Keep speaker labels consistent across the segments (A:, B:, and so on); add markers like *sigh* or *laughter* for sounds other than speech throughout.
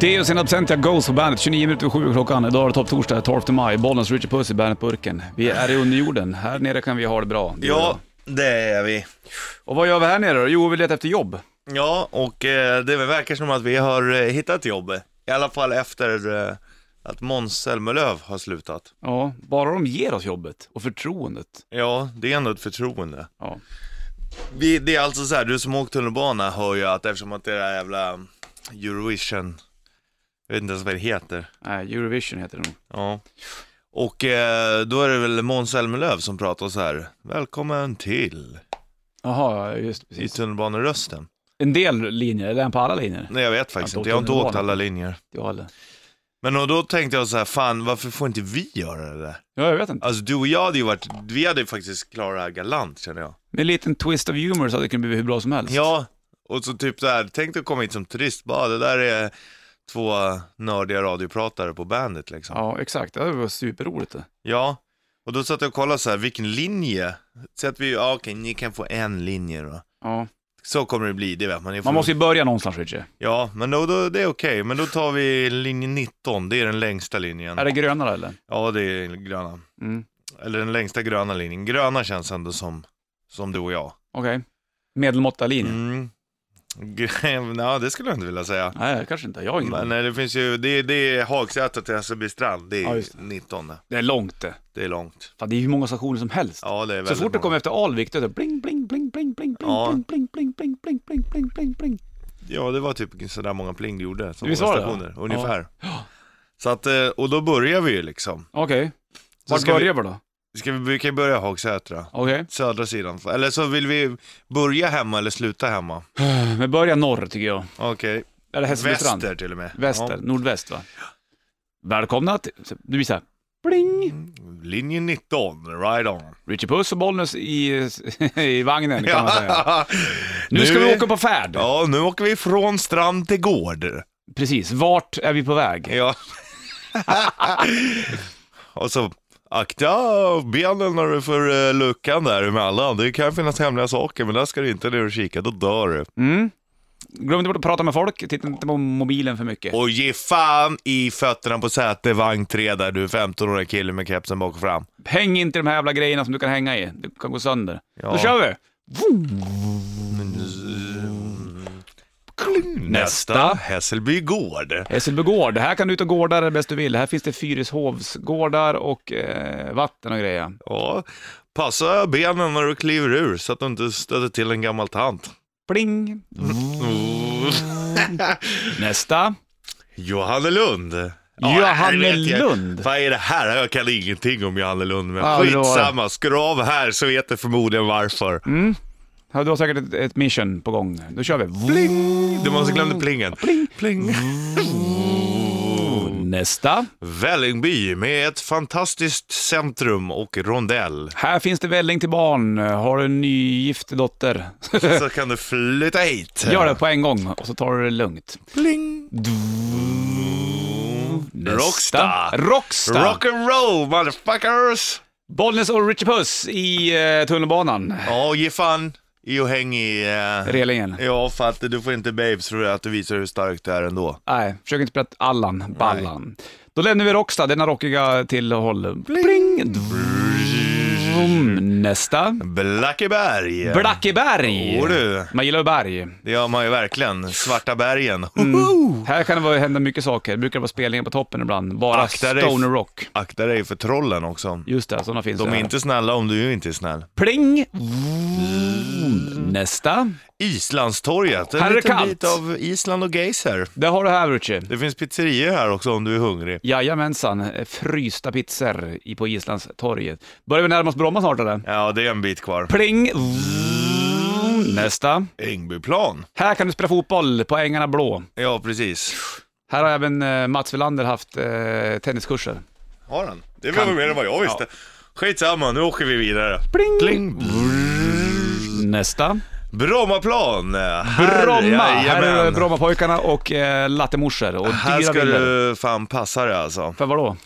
A: Deus in absentia Ghost på bandet, 29 minuter över sju klockan. Idag är det topp torsdag, 12 maj. Bollnäs Richard Puss i Bandet-burken. Vi är i underjorden, här nere kan vi ha det bra. Du och jag.
B: Ja, det är vi.
A: Och vad gör vi här nere då? Jo, vi letar efter jobb.
B: Ja, och eh, det verkar som att vi har eh, hittat jobb. I alla fall efter eh, att Måns Zelmerlöw har slutat.
A: Ja, bara de ger oss jobbet och förtroendet.
B: Ja, det är ändå ett förtroende.
A: Ja.
B: Vi, det är alltså så här, du som åkt tunnelbana hör ju att eftersom att det där jävla Eurovision, jag vet inte ens vad det heter.
A: Nej, Eurovision heter det nog.
B: Ja. Och eh, då är det väl Måns Zelmerlöw som pratar så här, välkommen till,
A: Jaha, ja, just
B: i
A: precis.
B: tunnelbanerösten.
A: En del linjer, eller en på alla linjer?
B: Nej jag vet faktiskt
A: Ja, då
B: inte, jag har inte åkt
A: tunnelbanan.
B: alla linjer.
A: Jag håller.
B: Men och då tänkte jag så här, fan varför får inte vi göra det där?
A: Ja, jag vet inte.
B: Alltså du och jag hade ju varit, vi hade ju faktiskt klarat det här galant känner jag.
A: Med en liten twist of humor så hade det kunnat bli hur bra som helst.
B: Ja, och så typ så här, tänk dig att komma hit som turist, bara det där är två nördiga radiopratare på bandet liksom. Ja.
A: Ja, exakt. Det var superroligt det.
B: Och då satt jag och kollade så här, vilken linje? Så att vi, ja okej, ni kan få en linje då.
A: Ja.
B: Så kommer det bli, det vet man. Ni får-
A: Man måste ju börja någonstans, Richie.
B: Ja, men då, då, det är okej. Men då tar vi linje 19, det är den längsta linjen.
A: Är det grönare eller?
B: Ja, det är gröna.
A: Mm.
B: Eller den längsta gröna linjen. Gröna känns ändå som, som du och jag.
A: Okej. Medelmåtta linje?
B: Mm. Gre- *laughs* Ja, det skulle jag inte vilja säga.
A: Nej, kanske inte. Jag har ingen
B: Men
A: aning.
B: nej, det finns ju, det, det är Hagsätra till Hässelbystrand, det är
A: Ja, just det.
B: 19.
A: Det är långt det.
B: Det är långt.
A: Fan, det är hur många stationer som helst.
B: Ja, det är
A: Så
B: väldigt
A: fort det
B: många.
A: kommer efter Alvik, då är det bling, bling, bling, bling, bling, bling,
B: Ja.
A: bling, bling, bling, bling, bling, bling, bling, bling, bling.
B: Ja, det var typ sådär många pling det gjorde. Så
A: Visst
B: många
A: var det,
B: stationer,
A: ja.
B: ungefär. Så att, eh, och då börjar vi ju liksom.
A: Okej. Vart
B: ska vi-
A: börjar vi då?
B: Ska vi, vi kan ju börja Hagsätra.
A: Okej.
B: Södra sidan. Eller så vill vi börja hemma eller sluta hemma.
A: Men börja norr tycker jag.
B: Okej.
A: Är det Hässelbystrand?
B: Väster till och med.
A: Väster,
B: Ja.
A: nordväst va? Välkomna till... Du blir såhär, bling!
B: Linje 19, right on.
A: Richie Puss och Bollnäs i, *laughs* i vagnen kan man säga.
B: *laughs*
A: Nu ska vi åka på färd!
B: Ja, nu åker vi från strand till gård.
A: Precis, vart är vi på väg?
B: Ja. *laughs* och så, akta benen när du får eh, luckan där emellan. Det kan finnas hemliga saker, men där ska du inte ner och kika, då dör du.
A: Mm. Glöm inte bort att prata med folk, titta inte på mobilen för mycket.
B: Och ge fan i fötterna på säte, vagn 3 där du 15-årig kille med kepsen bak och fram.
A: Häng inte i de här jävla grejerna som du kan hänga i, det kan gå sönder.
B: Ja.
A: Då kör vi! Nästa.
B: Nästa, Hässelby gård.
A: Hässelbygård, här kan du ut och gårda det bäst du vill. Här finns det Fyrishovsgårdar och eh, vatten och grejer.
B: Ja, passa benen när du kliver ur så att du inte stöter till en gammal tant. *laughs*
A: Pling! Nästa.
B: Johannelund.
A: Johannelund?
B: Vad är det här? Jag kan ingenting om Johannelund, men
A: Ja, det var det.
B: skitsamma. Skrav här så vet du förmodligen varför.
A: Ja, Du har säkert ett, ett mission på gång. Då kör vi.
B: Du måste glömma plingen. Pling, pling.
A: Nästa.
B: Vällingby med ett fantastiskt centrum och rondell.
A: Här finns det välling till barn. Har du en nygift
B: *laughs*
A: dotter?
B: Så kan du flytta hit.
A: Gör det på en gång och så tar du det lugnt.
B: Pling.
A: Nästa.
B: Rockstar.
A: Rockstar.
B: Rock'n'roll motherfuckers!
A: Bollnäs och Richie Puss i eh, tunnelbanan.
B: Ja, ge fan i och häng i... eh,
A: Relingen.
B: Ja, för att du får inte babes för att du visar hur stark du är ändå.
A: Nej, försök inte spela Allan, Ballan. Då lämnar vi Rockstar, denna rockiga tillhåll. Bling! Vroom. Nästa.
B: Blackeberg!
A: Blackeberg.
B: Jo, du. Uh.
A: Man gillar ju berg.
B: det gör man ju verkligen. Svarta bergen.
A: Här kan det vara- hända mycket saker. Det brukar vara spelningar på toppen ibland. Bara
B: Akta dig.
A: stoner rock.
B: Akta dig för trollen också.
A: Just det, sådana finns
B: De
A: det.
B: är inte snälla om du inte är snäll.
A: Pling! Vroom. Nästa.
B: Islandstorget, en
A: Här är det
B: liten
A: kallt.
B: bit av Island och Geyser.
A: Där har du här, Richie.
B: Det finns pizzerior här också om du är hungrig.
A: Jajamensan, frysta pizzor i- på Islandstorget. Börjar vi närma oss Bromma snart eller?
B: Ja, det är en bit kvar.
A: Pling! Vroom. Nästa.
B: Ängbyplan.
A: Här kan du spela fotboll på Ängarna Blå.
B: Ja, precis.
A: Här har även eh, Mats Wilander haft eh, tenniskurser.
B: Har han? Det var väl mer än vad jag visste. Skitsamma, nu åker vi vidare.
A: Pling!
B: Pling.
A: Nästa.
B: Brommaplan!
A: Bromma! Här är
B: Jajamän.
A: Brommapojkarna och eh, lattemorsor och
B: Här
A: dyra
B: ska
A: villor.
B: du fan passa dig alltså.
A: För vadå?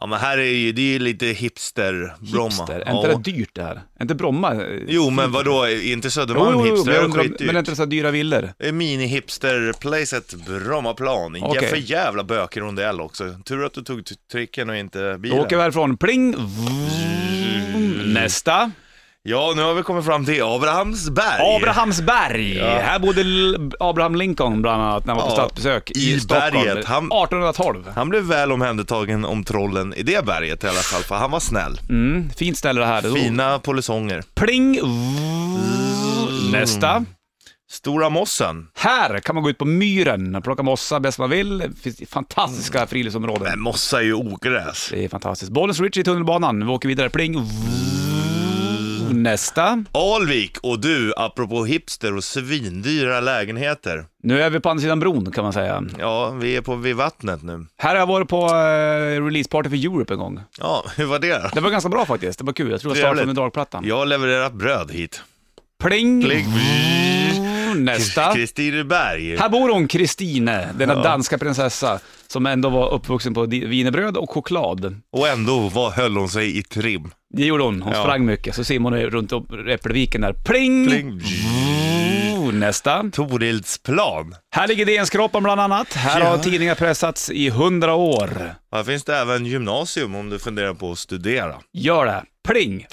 B: Ja men här är ju, det är ju lite hipster, Bromma.
A: Hipster, är inte
B: ja.
A: det dyrt det här? Är inte Bromma... eh,
B: Jo men vadå, är inte Södermalm hipster?
A: men, jag undrar,
B: skitdyrt.
A: men är inte det så här dyra villor?
B: Det är Mini-hipster-placet Brommaplan.
A: Okej.
B: Okay. För jävla bökig rondell också. Tur att du tog t- tricken och inte
A: Då
B: bilen.
A: åker vi härifrån, pling!
B: Mm.
A: vroom. Nästa!
B: Ja, nu har vi kommit fram till Abrahamsberg.
A: Abrahamsberg! Här bodde L- Abraham Lincoln bland annat när han var på
B: Ja,
A: statsbesök i,
B: i
A: Stockholm.
B: berget. Han-
A: 1812.
B: Han blev väl omhändertagen om trollen i det berget i alla fall, för han var snäll.
A: Mm, fint ställe det här.
B: Fina polisonger.
A: Pling!
B: Mm.
A: vroom. Nästa.
B: Stora mossen.
A: Här kan man gå ut på myren, plocka mossa bäst man vill. Det finns fantastiska friluftsområden.
B: Mm. Men mossa är ju ogräs.
A: Det är fantastiskt. Bollens Ritchie i tunnelbanan. Vi åker vidare. Pling! vroom. Nästa.
B: Alvik och du, apropå hipster och svindyra lägenheter.
A: Nu är vi på andra sidan bron kan man säga.
B: Ja, vi är på vid vattnet nu.
A: Här har jag varit på eh, releaseparty för Europe en gång.
B: Ja, *laughs* hur var det då?
A: Det var ganska bra faktiskt. Det var kul. Jag tror jag startade
B: Trevligt.
A: med dragplattan.
B: Jag har levererat bröd hit.
A: Pling! Mm,
B: Pling.
A: Nästa.
B: Kristineberg.
A: Här bor hon, Kristine, denna danska prinsessa som ändå var uppvuxen på di- wienerbröd och choklad.
B: Och ändå vad höll hon sig i trim.
A: Det gjorde hon. Hon
B: Ja.
A: sprang mycket. Så simmade hon runt upp Äppelviken där. Pling!
B: Pling.
A: Oh, Nästa.
B: Torildsplan.
A: Här ligger DNs Kroppen bland annat. Här
B: Ja.
A: har tidningar pressats i hundra år.
B: Här finns det även gymnasium om du funderar på att studera.
A: Gör det. Pling!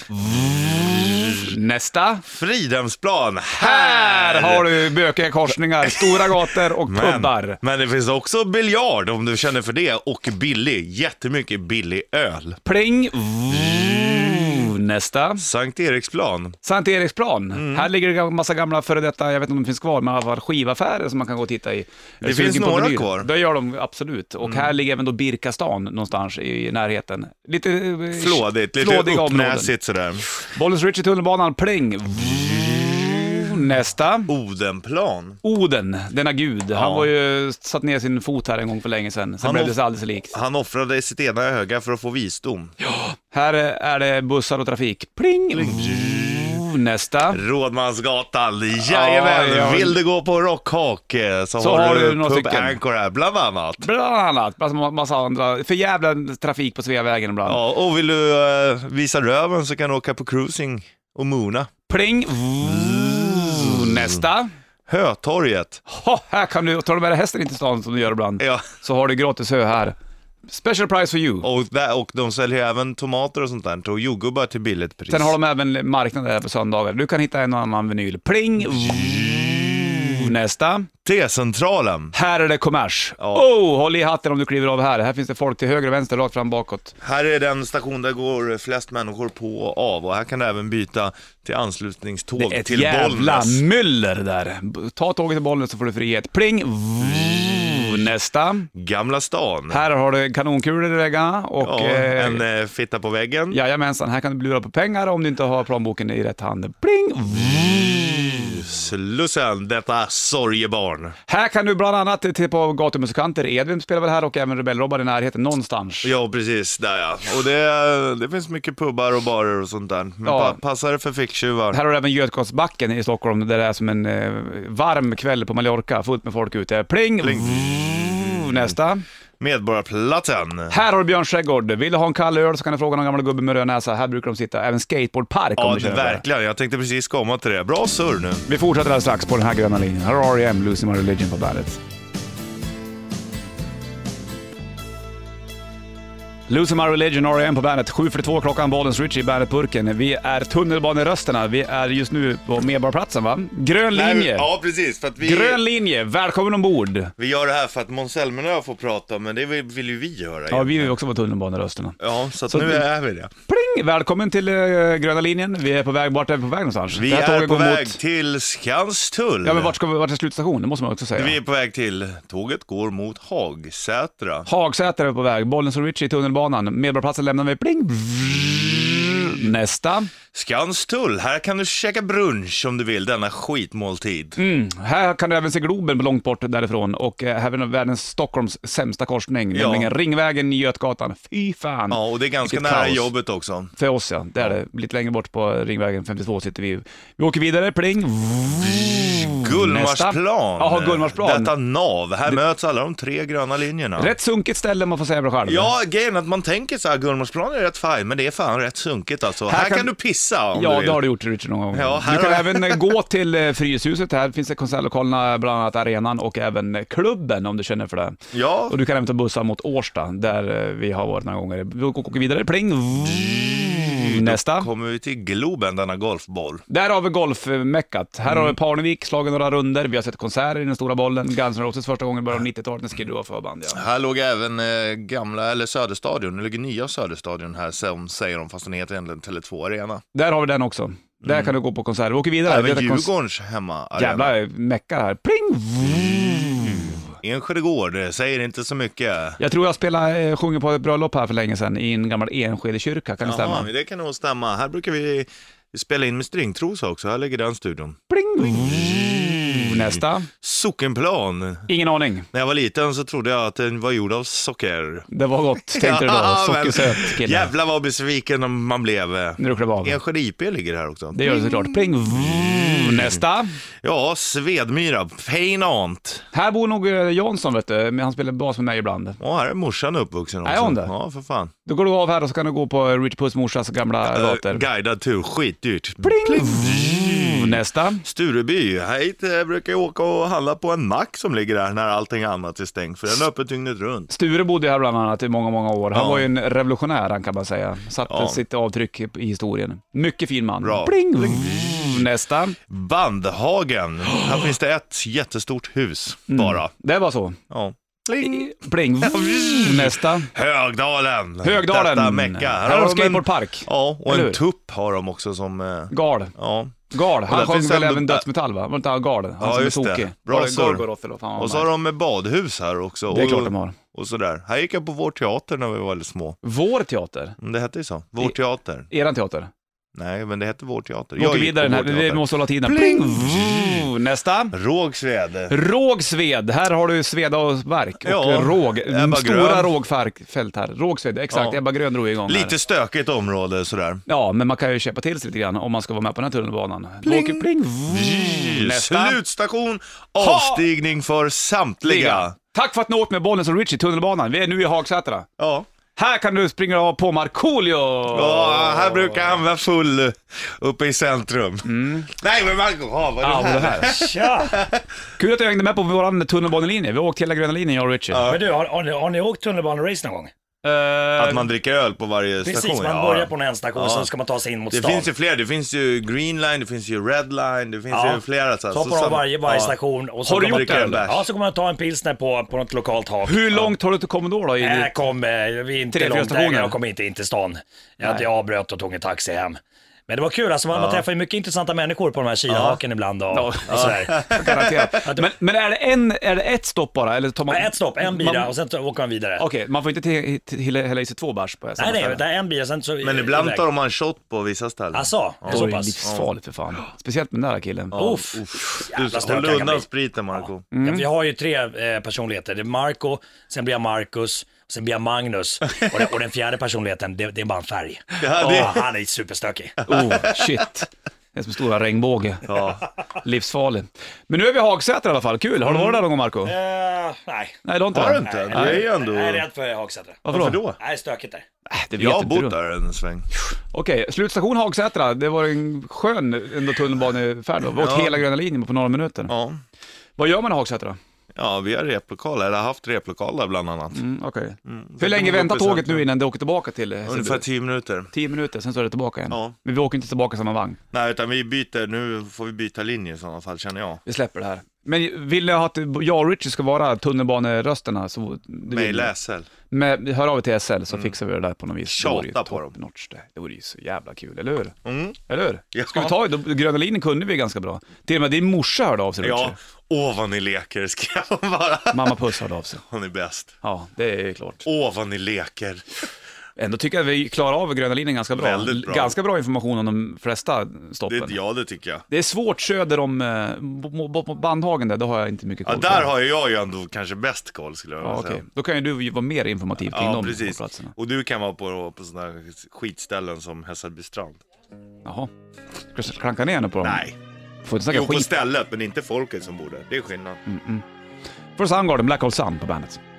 A: Nästa.
B: Fridhemsplan.
A: Här har du bökiga korsningar, stora gator och
B: Men,
A: pubbar.
B: men det finns också biljard om du känner för det och billig, jättemycket billig öl.
A: Pling! Vroom.
B: Mm.
A: Nästa.
B: Sankt Eriksplan.
A: Sankt Eriksplan.
B: Mm.
A: Här ligger det en massa gamla före detta, jag vet inte om de finns kvar, men i alla fall skivaffärer som man kan gå och titta i. Det
B: finns några kvar. Mm.
A: Det gör de absolut. Och här ligger även då Birkastan någonstans i närheten. Lite eh,
B: Flådigt, lite
A: flådiga områden.
B: uppnäsigt sådär.
A: Bollens Rich i tunnelbanan, pling! Vroom. Nästa.
B: Odenplan.
A: Oden, denna gud, han
B: Ja.
A: var ju satt ner sin fot här en gång för länge sedan. Sen
B: Han
A: blev
B: var-
A: det så alldeles likt.
B: Han offrade sitt ena öga för att få visdom.
A: Här är det bussar och trafik. Pling! Nästa.
B: Rådmansgatan, jajamän.
A: Ja, ja.
B: Vill du gå på rockhake så,
A: Så
B: har,
A: har du
B: du
A: några
B: Pub
A: stycken.
B: Anchor här, bland annat.
A: Bland annat. Alltså ma- massa andra. För jävla trafik på Sveavägen ibland.
B: Ja, och vill du eh, visa röven så kan du åka på cruising och moona.
A: Pling! Nästa.
B: Hötorget.
A: Ha, här kan du, tar du med dig hästen in till stan som du gör ibland,
B: Ja.
A: så har du gratis hö här. Special price for you.
B: Och, där, och de säljer även tomater och sånt där och jordgubbar till billigt pris.
A: Sen har de även marknader här på söndagar. Du kan hitta en och annan vinyl. Pling! Nästa.
B: T-centralen.
A: Här är det kommers.
B: Ja.
A: Oh, håll i hatten om du kliver av här. Här finns det folk till höger och vänster, rakt fram, bakåt.
B: Här är den station där går flest människor på och av och här kan du även byta till anslutningståg
A: Det är ett
B: till
A: jävla
B: Bollnäs.
A: myller där. B- Ta tåget till Bollnäs så får du frihet. Pling! Vroom. Nästa.
B: Gamla stan.
A: Här har du kanonkulor i väggarna och...
B: ja,
A: eh,
B: en eh, fitta på väggen.
A: Jajamensan, här kan du blura på pengar om du inte har plånboken i rätt hand. Pling! Vroom.
B: Slussen, detta sorgebarn.
A: Här kan du bland annat titta på gatumusikanter. Edvin spelar väl här och även Rebell-Robban i närheten någonstans.
B: Ja, precis. Där ja. Och det, det finns mycket pubbar och barer och sånt där. Men
A: Ja.
B: pa, passar det för ficktjuvar.
A: Här har du även Götgatsbacken i Stockholm där det är som en eh, varm kväll på Mallorca, fullt med folk ute. Pling!
B: Pling.
A: Vroom. Nästa.
B: Medborgarplatsen.
A: Här har du Björns trädgård. Vill du ha en kall öl så kan du fråga någon gammal gubbe med röd näsa. Här brukar de sitta. Även skateboardpark om
B: Ja,
A: du
B: det,
A: känner för det.
B: verkligen. Jag tänkte precis komma till det. Bra surr nu.
A: Vi fortsätter alldeles strax på den här gröna linjen. Här har E R.E.M. Losing My Religion på bandet. Losing My Religion, R.E.M. E på bandet. 7.42 klockan, Bollens Richie i bandet-burken. Vi är tunnelbanerösterna. Vi är just nu på Medborgarplatsen va? Grön linje!
B: ja, precis. För att vi,
A: Grön linje, välkommen ombord!
B: vi gör det här för att Måns Zelmerlöw får prata, men det vill, vill ju vi göra.
A: Ja,
B: Ja,
A: vi vill också vara tunnelbanerösterna.
B: så, att
A: Så
B: nu
A: det-
B: är vi det.
A: Pling! Välkommen till eh, gröna linjen. Vi är på väg, vart är vi på väg någonstans?
B: Vi
A: Det här
B: är
A: tåget
B: på
A: går mot-
B: väg till Skanstull.
A: Ja men vart, ska vi, vart är slutstationen? Det måste man också säga.
B: Vi är på väg till... Tåget går mot Hagsätra.
A: Hagsäter är på väg, Bollnäs och Ritchie i tunnelbanan. Medborgarplatsen lämnar vi, pling! brrrr. Nästa.
B: Skanstull, här kan du käka brunch om du vill, denna skitmåltid.
A: Mm. Här kan du även se Globen långt bort därifrån och eh, även världens Stockholms sämsta korsning,
B: Ja.
A: nämligen Ringvägen, Götgatan. Fy fan!
B: Ja, och det är ganska
A: Vilket
B: nära
A: kaos. Mm,
B: jobbet också.
A: För oss ja, det är det. Lite längre bort på Ringvägen 52 sitter vi. Vi åker vidare, pling. Nästa.
B: Gullmarsplan.
A: Jaha, Gullmarsplan.
B: Detta nav. Här möts alla de tre gröna linjerna.
A: Rätt sunkigt ställe om man får säga det själv.
B: Ja, grejen är att man tänker så här, Gullmarsplan är rätt fine, men det är fan rätt sunkigt alltså. Här,
A: Här
B: kan...
A: kan
B: du pissa om
A: Ja,
B: du
A: det har du gjort Richard någon gång.
B: Ja, här
A: du kan
B: har-
A: även eh,
B: *laughs*
A: gå till eh, Fryshuset, här finns det konsertlokalerna, bland annat arenan och även eh, klubben om du känner för det.
B: Ja,
A: Och du kan även ta bussar mot Årsta, där eh, vi har varit några gånger. Vi åker vidare, pling. Nästa.
B: Mm, kommer vi till Globen, denna golfboll.
A: Där har vi golfmeckat. Här
B: Mm.
A: har vi Parnevik, slagit några runder. Vi har sett konserter i den stora bollen. Guns N' Roses första gången i början av 90-talet när Skid Row var förband. Ja.
B: Här låg även eh, gamla, eller Söderstadion, nu ligger nya Söderstadion här, som säger de, fast den heter egentligen Tele2 Arena.
A: Där har vi den också. Där kan du gå på konserter. Vi åker vidare.
B: Mm. Även
A: Det är kons-
B: Djurgårdens hemmaarena.
A: Jävla mecka här. Pling!
B: Mm. Enskede Gård, eh, säger inte så mycket.
A: Jag tror jag spelade, eh, sjunger på ett bröllop här för länge sedan i en gammal Enskedekyrka, kan det
B: Jaha,
A: stämma?
B: men det kan nog stämma. Här brukar vi spela in med stringtrosa också, här ligger den studion. Mm.
A: Pling! Nästa.
B: Sockenplan.
A: Ingen aning.
B: När jag var liten så trodde jag att den var gjord av socker.
A: Det var
B: *laughs*
A: gott, tänkte du då.
B: Ja, men-
A: Sockersöt kille.
B: Jävlar vad besviken man blev.
A: När du klev av.
B: Enskede IP ligger här också.
A: Det gör det
B: Mm.
A: såklart. Pling! Nästa.
B: Ja, Svedmyra, Pain Aunt.
A: Här bor nog eh, Jansson, vet du. Men han spelar bas med mig ibland.
B: Ja, här är morsan uppvuxen också.
A: Är hon det?
B: Ja, för fan.
A: Då går du av här och så kan du gå på Rich Puss morsas gamla
B: Eh,
A: gator.
B: guidad tur, skitdyrt.
A: Pling! Nästa.
B: Stureby, hit eh, brukar jag åka och handla på en mack som ligger där när allting annat är stängt, för den är öppen dygnet runt.
A: Sture bodde här bland annat i många, många år. Han
B: Ja.
A: var ju en revolutionär han kan man säga. Satte
B: Ja.
A: sitt avtryck i i historien. Mycket fin man.
B: Bra.
A: Pling! Nästa.
B: Bandhagen, här finns det ett jättestort hus
A: Mm.
B: bara.
A: Det var så.
B: Ja. Pling.
A: Pling! Nästa.
B: Högdalen!
A: Högdalen.
B: Detta mecka.
A: Här har de
B: de en-
A: skateboardpark.
B: Ja, och
A: Eller
B: en
A: hur?
B: tupp har de också som... eh,
A: Gal.
B: Ja.
A: Gal.
B: Och där
A: Han sjöng
B: finns
A: väl
B: ändå-
A: även dödsmetall va? Var det inte han Gal? Han
B: Ja,
A: som är
B: just det.
A: tokig.
B: Bra
A: Var det
B: surr.
A: Gorgoroth eller vad fan var
B: Och så
A: han?
B: har de med badhus här också.
A: Det är
B: och,
A: klart de har.
B: Och sådär. Här gick jag på Vår Teater när vi var väldigt små.
A: Vår teater.
B: Men Det hette ju så. Vår
A: I-
B: Teater.
A: Eran teater.
B: Nej, men det hette Vår Teater.
A: Vi åker
B: gick
A: vidare
B: på
A: den här,
B: Vår Teater.
A: vi måste hålla tiden.
B: Pling!
A: Pling! Nästa.
B: Rågsved.
A: Rågsved, här har du Sveda och verk och
B: Ja,
A: råg,
B: Ebba
A: stora
B: Grön.
A: rågfält här. Rågsved, exakt.
B: Ja.
A: Ebba Grön drog igång här.
B: Lite stökigt område
C: Mm,
B: sådär.
A: Ja, men man kan ju köpa till sig lite grann om man ska vara med på den här tunnelbanan. Då
B: Pling!
A: åker- pling. Nästa.
B: Slutstation, avstigning för samtliga.
A: Tack för att ni åkte med bollen som Richie, tunnelbanan. Vi är nu i Hagsätra.
B: Ja.
A: Här kan du springa av på Markoolio!
B: ja, här brukar han vara full uppe i centrum.
C: Mm.
B: Nej, men Marco, ja, vad är
A: Ja,
B: det
A: men det
B: här?
A: här.
C: *laughs*
A: Tja! Kul att du hängde med på vår tunnelbanelinje. Vi har åkt hela gröna linjen, jag och Richie.
B: Ja.
C: Men du, har, har, ni, har ni åkt tunnelbanerace någon gång?
A: Eh,
B: Att man dricker öl på varje
C: Precis,
B: station.
C: man
B: ja.
C: börjar på en ändstation,
B: Ja.
C: sen ska man ta sig in mot
B: Det
C: stan.
B: finns ju fler, det finns ju green line, det finns ju red line, det finns
C: Ja.
B: ju flera. Så här.
C: Så
B: Så
C: hoppar de av
B: sam-
C: varje, varje
B: alltså, ja.
C: station och så
A: Har du
C: kommer-
A: gjort det,
B: eller?
C: Ja, så kommer man ta en pilsner på, på något lokalt hak.
A: Hur långt har du till kommit då? då in i-
C: Här kom, eh, vi är inte
A: Tre, fyra
C: långt
A: stationer.
C: där, jag kom inte in till stan. Jag, jag avbröt och tog en taxi hem. Men det var kul, alltså, man, man träffar ju mycket intressanta människor på de här Kina-haken ibland och, och sådär.
A: Garanterat. Men, men är, det en, är det ett stopp bara? Eller tar man...
C: Men Ett stopp, en bira
A: Man-
C: och sen t- åker man vidare.
A: Okej, man får inte till- till- hälla hälla i sig två bärs på samma
C: nej, nej,
A: ställe.
C: det är en bira, sen så
B: Men ibland
C: iväg.
B: tar de en shot på vissa ställen.
C: Alltså, det är
A: Då är
C: så
A: det
C: pass.
A: livsfarligt för fan. Speciellt med den där killen. Oh,
B: Ja,
C: Uff.
B: uff.
C: Jävla
B: Du,
C: stök
B: håll
C: jag kan
B: undan
C: bli.
B: spriten Marco.
C: Ja, vi har ju tre eh, personligheter. Det är Marco, sen blir jag Marcus, sen blir
B: *laughs*
C: jag Magnus och, den, och den fjärde personligheten, det, det är bara en färg.
B: Ja,
C: Åh,
B: det-
C: han
B: *laughs*
C: är superstökig. Eh,
A: Oh, shit. Det är som stora regnbåge.
B: Ja.
A: Livsfarlig. Men nu är vi i Hagsätra i alla fall. Kul. Har du varit där någon gång, Marco?
C: Eh, nej.
A: Nej, det har inte
B: Mm. Har du
A: det.
B: inte? Du
A: Nej.
B: är ju ändå...
C: Jag är rädd för Hagsätra.
A: Varför
B: Varför
A: då?
B: då?
C: Nej, stökigt där.
A: Äh, Det vet
B: Jag har
A: inte du.
B: bott där en sväng.
A: Okej, slutstation Hagsätra. Det var en skön ändå tunnelbanefärd. då. Vi har åkt
B: Ja.
A: hela gröna linjen på några minuter.
B: Ja.
A: Vad gör man i Hagsätra?
B: ja, vi har replokal, eller har haft replokal där bland annat.
A: Mm, okej. Hur länge väntar tåget nu innan det åker tillbaka till eh, Hässelby?
B: Ungefär tio minuter.
A: 10 minuter, sen så är det tillbaka igen.
B: Ja.
A: Men vi åker inte tillbaka i samma vagn.
B: Nej, utan vi byter, nu får vi byta linje i sådana fall känner jag.
A: Vi släpper det här. Men vill jag att jag och Richie ska vara tunnelbanerösterna så... det vill
B: Mejla
A: jag.
B: SL.
A: Men hör av er till SL så fixar vi det där på något vis.
B: Tjata
A: Det vore ju
B: på
A: top
B: dem.
A: Notch det. det vore ju så jävla kul, eller hur?
B: Mm.
A: Eller hur?
B: Ja.
A: Ska vi ta då, gröna linjen kunde vi ganska bra. Till och med din morsa hörde av sig
B: Ja,
A: Richie.
B: åh vad ni leker, skrev hon *laughs* bara.
A: Mamma Puss hörde av sig.
B: Hon är bäst.
A: Ja, det är ju klart.
B: Åh vad ni leker.
A: Ändå tycker jag att vi klarar av gröna linjen ganska bra.
B: Väldigt bra.
A: Ganska bra information om de flesta stoppen.
B: Det, ja, det tycker jag.
A: Det är svårt söder om eh, bo- bo- bo- Bandhagen där, det har jag inte mycket
B: Ja,
A: koll
B: där
A: på.
B: har jag ju ändå kanske bäst koll skulle jag vilja
A: Ja,
B: säga.
A: okej. Då kan ju du vara mer informativ kring
B: Alltså. Ja,
A: de
B: precis.
A: platserna.
B: Och du kan vara på, på sådana här skitställen som Hässelbystrand.
A: Jaha. Ska jag klanka ner nu på dem?
B: Nej,
A: Får inte snacka
B: jo på
A: skit.
B: stället men inte folket som bor där. Det är skillnad.
A: För Soundgarden, Black Hole Sun på bandet.